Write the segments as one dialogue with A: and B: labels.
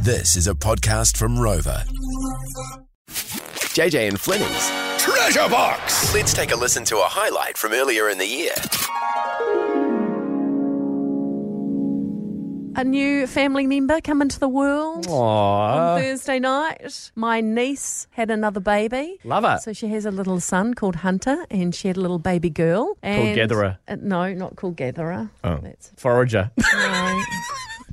A: This is a podcast from Rover. JJ and Flinny's
B: Treasure Box!
A: Let's take a listen to a highlight from earlier in the year.
C: a new family member come into the world on Thursday night. My niece had another baby.
D: Love it.
C: So she has a little son called Hunter, and she had a little baby girl. And
D: Gatherer.
C: Uh, no, not called Gatherer. Oh. That's,
D: Forager.
C: no.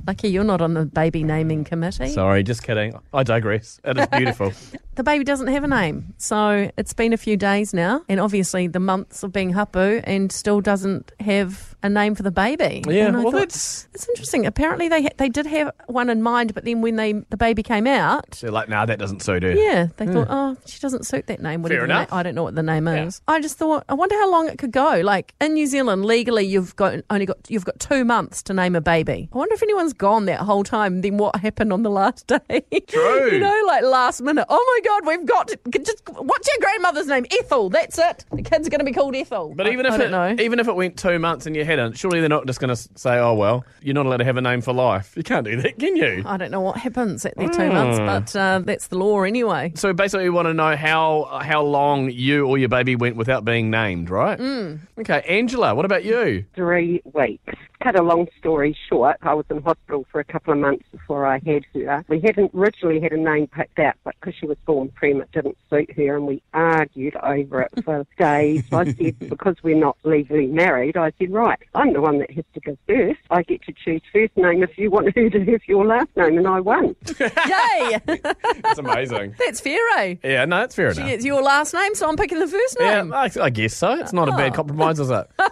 C: Lucky you're not on the baby naming committee.
D: Sorry, just kidding. I digress. It is beautiful.
C: The baby doesn't have a name. So it's been a few days now, and obviously the months of being hapu and still doesn't have a name for the baby.
D: yeah,
C: And I
D: well,
C: thought,
D: that's.
C: It's interesting. Apparently, they ha- they did have one in mind, but then when they the baby came out,
D: They're like, nah, that doesn't suit her.
C: yeah, they thought, oh, she doesn't suit that name. Whatever
D: Hmm. Fair
C: the na-
D: enough.
C: I don't know what the name is. I just thought, I wonder how long it could go. Like in New Zealand, legally, you've got only got you've got two months to name a baby. I wonder if anyone's gone that whole time. Then what happened on the last day?
D: True.
C: you know, like last minute. Oh my God, we've got to, just what's your grandmother's name? Ethel. That's it. The kid's going to be called Ethel.
D: But
C: I-
D: even
C: I
D: if
C: don't
D: it e-
C: know.
D: even if it went two months and you hadn't, surely they're not just going to say, "Oh well, you're not allowed to have a name for life." You can't do that, can you?
C: I don't know what happens at their
D: Hmm.
C: two months, but uh, that's the law anyway.
D: So basically, you want to know how how long you or your baby went without being named, right? Mm. Okay, Angela, what about you?
E: three weeks. Cut a long story short, I was in hospital for a couple of months before I had her. We hadn't originally had a name picked out, but because she was born prim, it didn't suit her, and we argued over it for days. I said, because we're not legally married, I said, right, I'm the one that has to give birth. I get to choose first name if you want her to have your last name, and I won.
C: Yay!
D: It's amazing.
C: That's Pharaoh.
D: yeah, no, that's fair
C: She
D: enough.
C: gets your last name, so I'm picking the first
D: Yeah,
C: name.
D: I, I guess so. It's not a bad compromise, is it?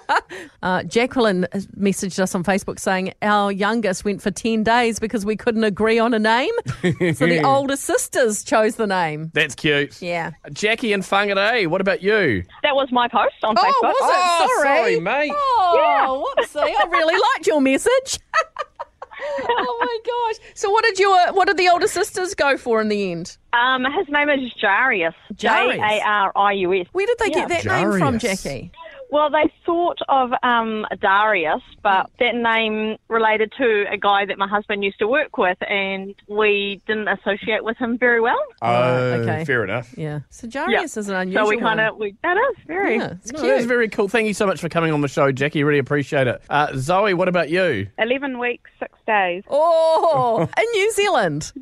C: Uh, Jacqueline has messaged us on Facebook saying our youngest went for 10 days because we couldn't agree on a name. so the older sisters chose the name.
D: That's cute.
C: Yeah.
D: Jackie and Whangarei, what about you?
F: That was my post on
C: Oh,
F: Facebook.
C: was it?
D: Oh,
C: sorry.
D: sorry, mate.
C: Oh, whoopsie. I really liked your message. oh my gosh. So what did your what did the older sisters go for in the end?
F: Um, his name is Jarius. J
C: Oh. Jarius.
F: A R I U S.
C: Where did they
F: Yeah.
C: get that name from,
D: Jarius.
C: Jackie?
F: Well, they thought of um, Darius, but
C: Mm.
F: that name related to a guy that my husband used to work with, and we didn't associate with him very well.
D: Oh,
C: okay.
D: fair enough.
C: Yeah. So Jarius
F: Yeah.
C: is an unusual
F: So we
C: one.
F: kind of we that is very.
C: Yeah, it's
D: No,
C: cute.
D: That's very cool. Thank you so much for coming on the show, Jackie. Really appreciate it. Uh, Zoe, what about you?
G: Eleven weeks, six days.
C: Oh, in New Zealand.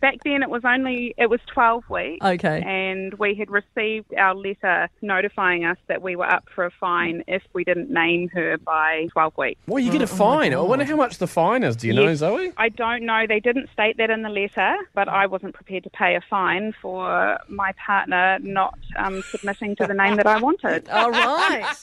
G: Back then, it was only it was twelve weeks,
C: Okay.
G: and we had received our letter notifying us that we were up for a fine if we didn't name her by twelve weeks.
D: Well, you get a fine. I wonder how much the fine is. Do oh you know, Zoe?
G: I don't know. They didn't state that in the letter, but I wasn't prepared to pay a fine for my partner not um, submitting to the name that I wanted.
C: All right.